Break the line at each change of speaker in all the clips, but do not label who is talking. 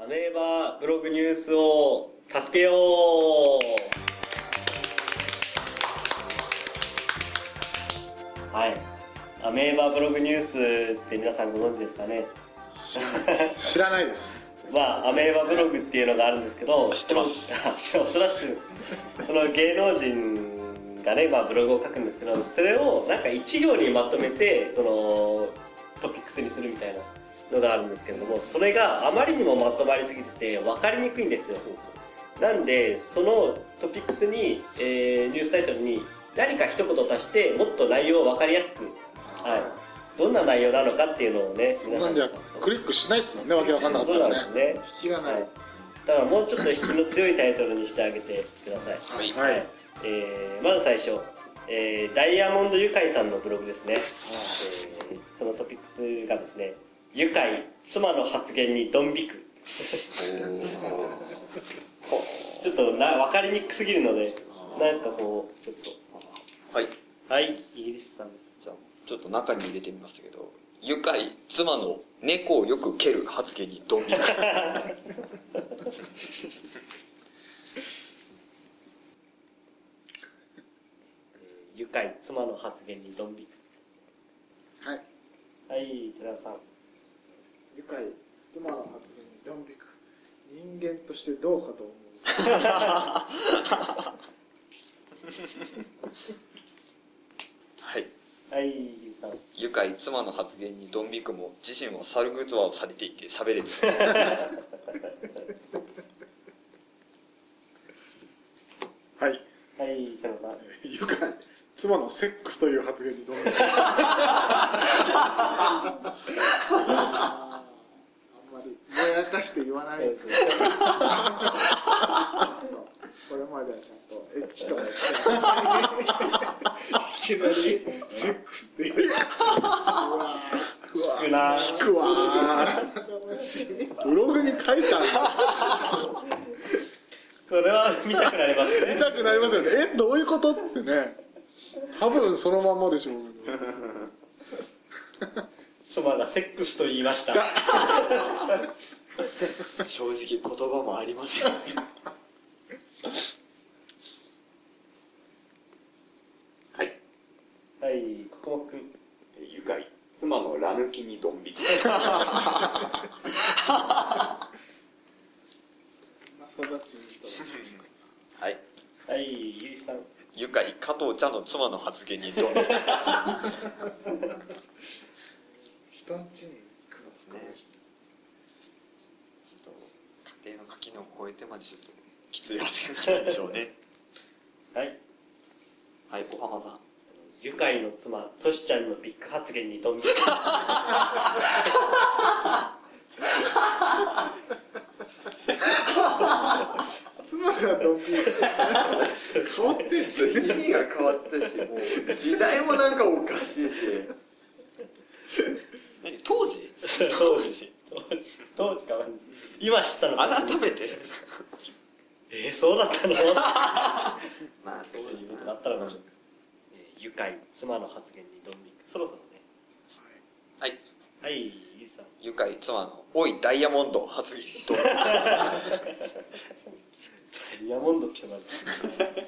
アメーバブログニュースを助けようはいアメーバブログニュースって皆さんご存知ですかね
知らないです
まあアメーバブログっていうのがあるんですけど
知ってます
あ知って ますそれは知ってるその芸能人がね、まあ、ブログを書くんですけどそれをなんか一行にまとめてそのトピックスにするみたいなのがあるんですけれどもそれがあまりにもまとまりすぎてて分かりにくいんですよなんでそのトピックスに、えーニュースタイトルに何か一言足してもっと内容を分かりやすく、はい、どんな内容なのかっていうのをね
そんなんじゃクリックしないですもんねわけわかんなかっ
そ
た
うな
ら
んで
ね
すね
引きがない
はい、だからもうちょっと引きの強いタイトルにしてあげてください、
はい
はい、
えーまず最初、えーダイヤモンドユカイさんのブログですね、えーそのトピックスがですね「ユカイ妻の発言にドン引く」ちょっとな分かりにくすぎるのでなんかこうちょっと
はい
はいイギリスさん
じゃあちょっと中に入れてみましたけど愉快妻の猫をよく蹴る発言に ドン引く
「ユカイ妻の発言にドン引く
はい、」
はい寺田さん
愉快妻の発言にドン引く人間としてどうかと思う
はい
はいイギリスさん
愉快妻の発言にドン引くも自身は猿グズワをされていて喋れ ず
は
は
い
い寺田さん
愉快妻のセックスという発言にドン引くあーあんまりぼやかして言わない
そう
で
ですすね
これまではちゃんとエッチとか言っていきなりセックスっていううわー
引く
うわ
な
ー引くわーブログに書いたんだ
それは見たくなりますね
見たくなりますよねえどういうことってね多分そのまんまでしょうけど
妻がセックスと言いました
正直言葉もありません
はい
はい、ここもくん。
愉快妻のラ抜きにドン引 き
そんな育ちいい人だ
はい
はい、ゆりさん。
愉快加藤茶の妻の発言にドン引く
人んちに行くのすごいし
家庭の垣根を越えてまでちょっときつい発言なんでしょうね
はい。
はい小浜さん
愉快の妻、としちゃんのビッグ発言にドン引き。
妻がドン引き
変わってん意味が変わったしもう時代もなんかおかし いし何当時
当時。当時かわかんない今知ったのか。
改めて
えー、そうだったのっ
まあそ
ていうことがあったのかもしれない。えー愉快、妻の発言にドン引く。そろそろね。
はい
はい、ゆりさん。
愉快妻の「おいダイヤモンド」発言どう
ダイヤモンドって呼ばれて
はい
る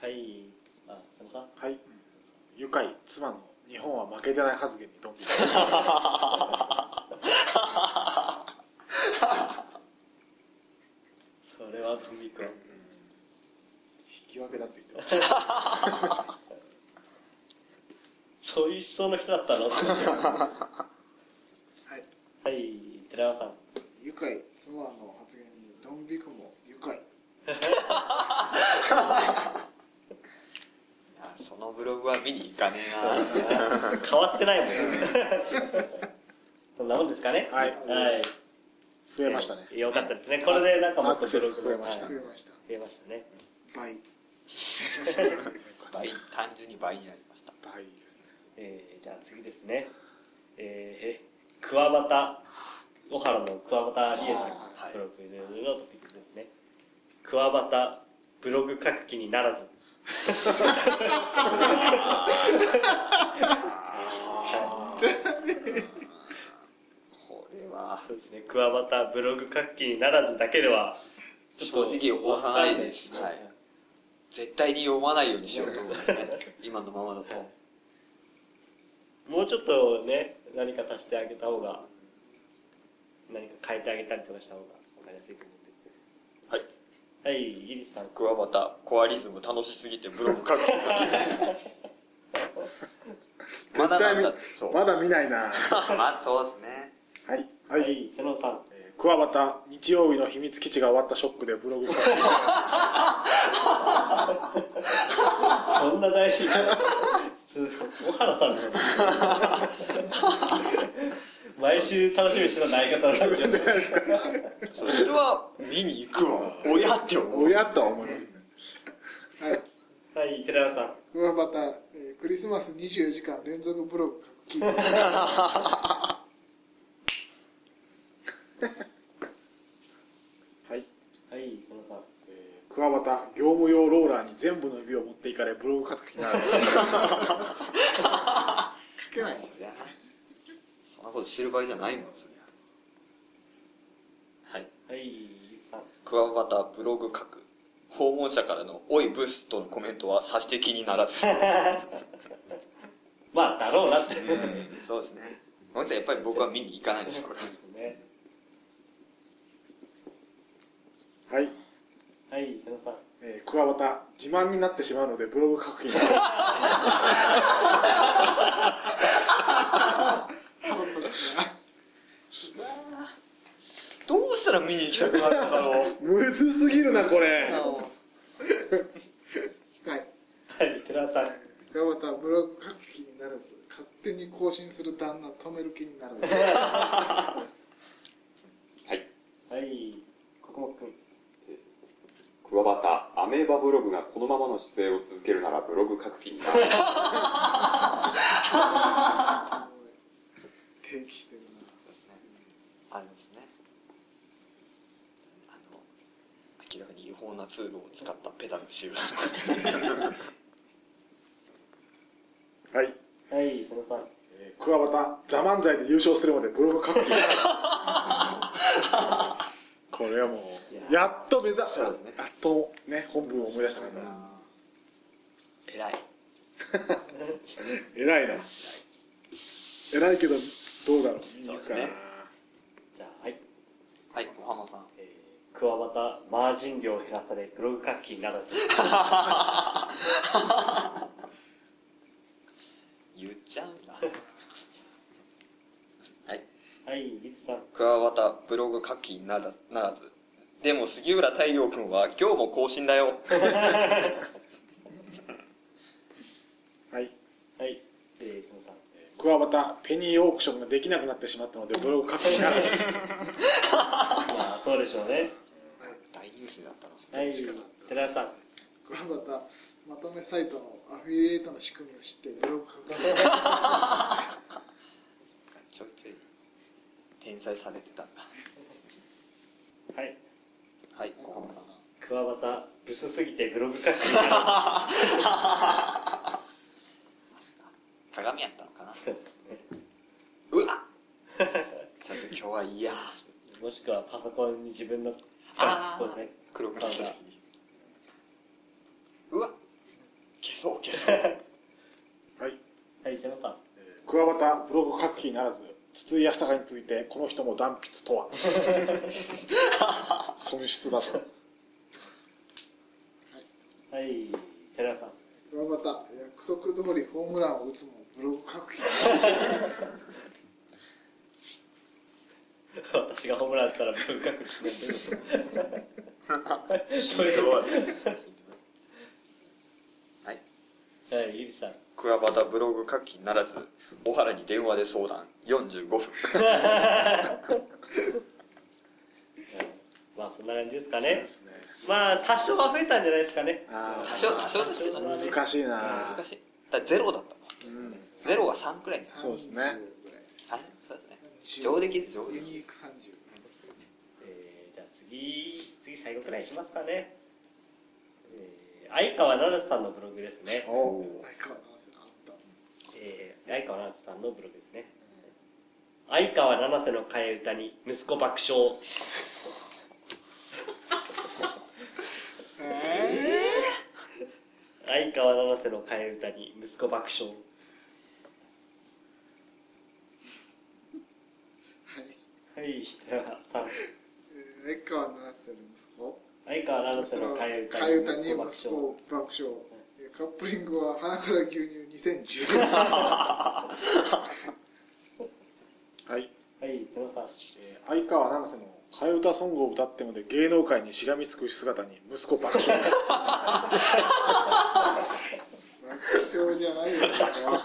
はい。あ、すみま
はい愉快妻の日本は負けてない発言にドン引く
せん。それはドン引くわ。
引き分けだって言ってました
そういう思想の人だったの
はい
はい、寺山さん。
愉快妻の発言にドン引くも愉快
あそのブログは見に行かねえ
変わってないもん。そんなもんですかね。
はい
はい。
増えましたね
えー。よかったですね。これでなんかも
ア
っと
ク
ブ
セ
ロ
ス
グ
増えました
はい増
ました
えましたね。
倍
な倍単純に倍になりました
倍ですね
えーじゃあ次ですね。えー、桑畑、小原の桑畑理恵さんの
はい
ブログのトピックスですね。桑畑、ブログ書く気にならず。
これわ
そうですねクワバタブログ活気にならずだけではちょっと
正直追わないです
わかんな
はい絶対に読まないようにしようと思いますね 今のままだと
もうちょっとね何か足してあげた方が何か変えてあげたりとかした方が分かりやすいと思
はい
うんではいイギリスさん
クワバタコアリズム楽しすぎてブログ書くことないですまだなんだ
絶
そ
対見
う
まだ見ないな
まあそうですね
はいは、
はいい瀬野さん
えークワバタ日曜日の秘密基地が終わったショックでブログ書いて
そんな大事な小原さんの毎週楽しみにしてた内方のラジオ
ないですか
それは見に行くわ親って思う
親とは思いますねはい
はい寺山さん
クワバタ、えークリスマス24時間連続ブログ書く気は
は
い、
い瀬野さん
えー、クワバタ業務用ローラーに全部の指を持っていかれブログ書く気になる書けないです
そりゃそんなことしてる場合じゃないもんそりゃはい
はいゆうきさん
クワバタブログ書く訪問者からの「おいブス」とのコメントはさして気にならず
まあだろうなって
うんそうですねごめんなさいやっぱり僕は見に行かないですこれ
ですね
はい、
はい瀬野さん
えー、クワバタ自慢になってしまうのでブログ書く気になる
どうしたら見に行きたくなったんだろう
むずすぎるなこ れ はい
はい寺山さん
クワバタブログ書く気にならず勝手に更新する旦那止める気になる
はい。
はいここもくん
クワバタ、アメーバブログがこのままの姿勢を続けるならブログ書く気になる。
定期してるな
あれですねあの明らかに違法なツールを使ったペダル集団
はい、
はい瀬野さん
えー、クワバタ「ザ漫才で優勝するまでブログ書く気になる これはもうやっと目指す
そうだね
やっとね本文を思い出したからな
偉い
偉いな偉いけどどうだろう見に行くかな、
そうですね
じゃあはい
はい小浜さん
えークワバタマージン量減らされブログ書きにならず
言っちゃうんだはい
はいゆうきさん
クワバタブログ書きならならずでも杉浦太陽君は今日も更新だよ
は
は
い
いえー瀬野さん
クワバタペニーオークションができなくなってしまったのでブログ書く気に なる
まあそうでしょうね
大ニュースだったのです
はい寺山さん
クワバタまとめサイトのアフィリエイトの仕組みを知ってブログ書く
ちょいちょい天才されてたんだ
はい
はい小浜さん
クワバタブスすぎてブログ書きになら
鏡やったのかな
ずですね
うわちょっと今日はいいや
もしくはパソコンに自分の
あー
そうね
黒くなった時にうわ消そう消そう
はい
はい瀬野さん
クワバタブログ書く気にならず筒井康隆についてこの人も断筆と は損失だと
はい寺山さん
クワバタ約束通りホームランを打つもブログ書く気に
私がホームランだったら文学になってる
ひ どいはい
はいゆりさん
クワバタブログ書きならず小原に電話で相談45分
まあそんな感じですか
そう
ね
ですね
まあ多少は増えたんじゃないですかね
あ
多少多少ですけどね
ー難しいな
難しいだからゼロだったの
うん
ゼロは3くらいです
そうですね
三そうですね上出来です上出
ユ
来
ニーク30
えーじゃあ次次最後くらいにしますかね、えー、相川七瀬さんのブログですね、
お
相川七瀬のあった
えー、相川七瀬さんのブログですね相川七瀬の替え歌に息子爆笑
え
相川七瀬の替え歌に息子爆笑
ー、はい、
はいでは三
えー、相川七瀬の息子
相川七瀬の替え歌
替え歌に
に息
息
子
子
爆
爆
笑
笑えーカップリングは「花から牛乳2010」
は
はい、
い瀬野さん
えー相川七瀬の替え歌ソングを歌ってまで芸能界にしがみつく姿に息子爆 笑
爆笑じゃないよこれは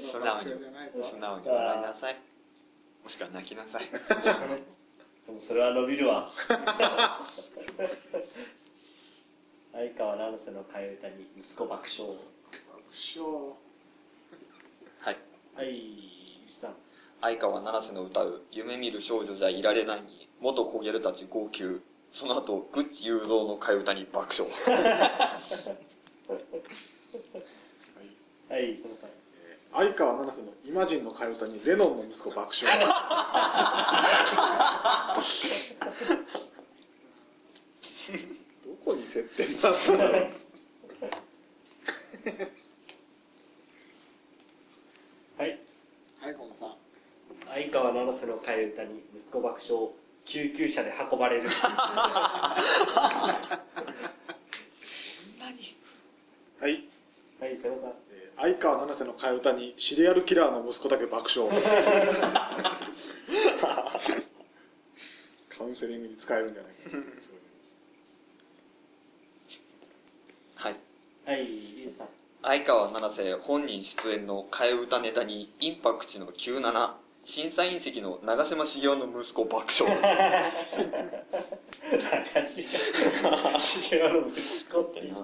素
爆
直
笑じゃない
に素
ぞ
直に笑いなさいもしくは泣きなさい
でもそれは伸びるわ相川七瀬の替え歌に息子爆笑
爆笑
は
は
い
い石さん
相川七瀬の歌う「夢見る少女じゃいられない」に元コギャルたち号泣その後グッチ雄三の替え歌に爆笑
はい瀬野さん
相川七瀬のイマジンの替え歌にレノンの息子爆笑どこに設定になったんだろう
はい
はいこのさん
相川七瀬の替え歌に息子爆笑救急車で運ばれる
はい、
はい瀬野さん
えー相川七瀬の替え歌にシリアルキラーの息子だけ爆 笑カウンセリングに使えるんじゃないかなそういう
はい
はいリーさん
相川七瀬本人出演の替え歌ネタにインパクチの97審査員席の長嶋茂雄の息子爆笑
私が茂雄の息子っていう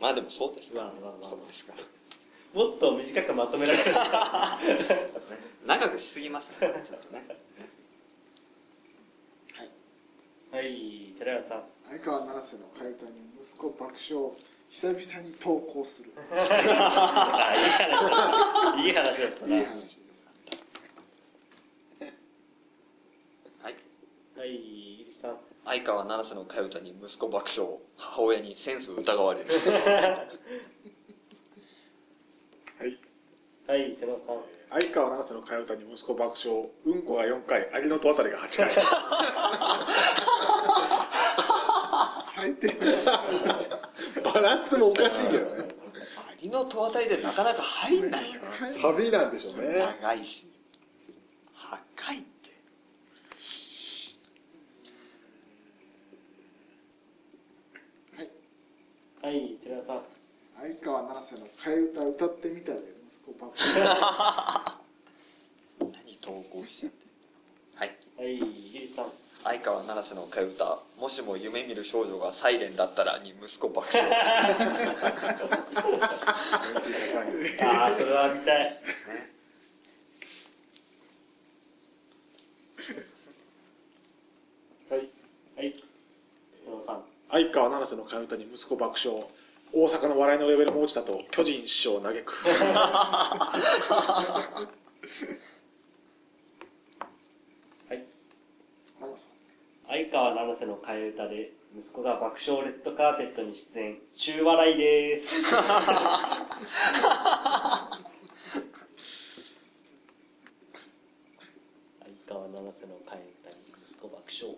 まあでもそうです
まあ
か、
まあまあ
そうですか
もっと短くまとめられる
長くしすぎますねちょっとね
はい
はい寺山さん
相川七瀬の替え歌に息子爆笑久々に投稿する
ああいい話だったいい話だったない
い話です
はい
はいリーさん
相川七瀬の替え歌に息子爆笑母親にセンス疑われる
はい
はい瀬野さん
相川七瀬の替え歌に息子爆笑うんこが4回アリの戸あたりが8回
最低な
バランスもおかしいけどね
アリの 戸あたりでなかなか入んないよ
サビなんでしょうね
長いし破壊って
はい寺山さん
相川七瀬の替え歌歌ってみたで息子爆笑
何投稿しちゃってはい
はいリーさん
相川七瀬の替え歌「もしも夢見る少女がサイレンだったら」に息子爆 笑
ああそれは見たい
はい
はい寺山さん
相川七瀬の替え歌に息子爆笑大阪の笑いのレベルも落ちたと巨人師匠嘆く
はい
ママさん
相川七瀬の替え歌で息子が爆笑レッドカーペットに出演中笑いです 相川七瀬の替え歌に息子爆笑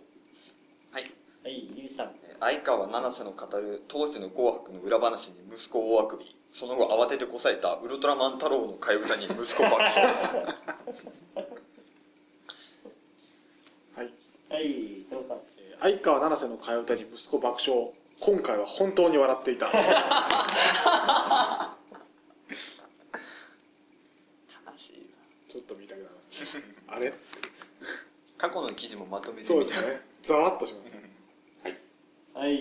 はい
はいゆりさん
相川七瀬の語る当時の「紅白」の裏話に息子大あくびその後慌ててこさえた「ウルトラマン太郎」の替え歌に息子爆笑
はい
はい瀬野さん
えー相川七瀬の替え歌に息子爆笑今回は本当に笑っていたは
悲しい
いちょっと見たくなりますねあれ
過去の記事もまとめて
そう
み
です
た
よねざわっとしますね
は
はい
い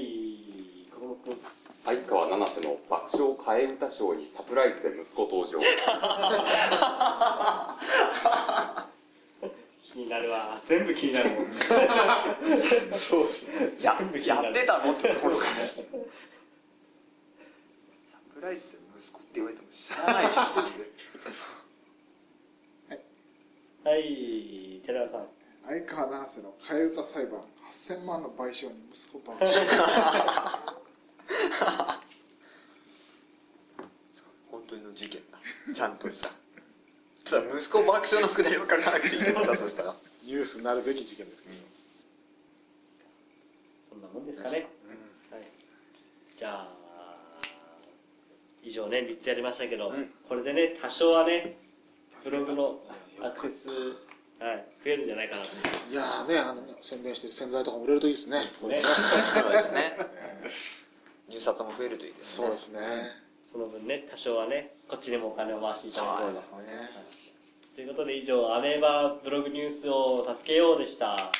小室君
相川七瀬の爆笑替え歌賞にサプライズで息子登場
気になるわ全部気になるもん
そうですね
ややってたのってところがねサプライズで息子って言われても知らないし
ははい、寺田さん。
相川七瀬の替え歌裁判8000万の賠償に息子ば
本当の事件だちゃんとしたただ息子爆笑のくだりを書かなくていいものだとしたら
ニュースになるべき事件ですけど、
そんなもんですかね。はい。じゃあ、以上ね、3つやりましたけど、これでね、多少はね、ブログのアクセス、はい、増えるんじゃないかなと思います
いやーねあのね宣伝してる洗剤とかも売れるといいですね
ね。
そうですね入札も増えるといいですね
そうですね
その分ね、多少はね、こっちにもお金を回していただ
そう
い
で
て。
すね
ということで以上、アメーバブログニュースを助けようでした。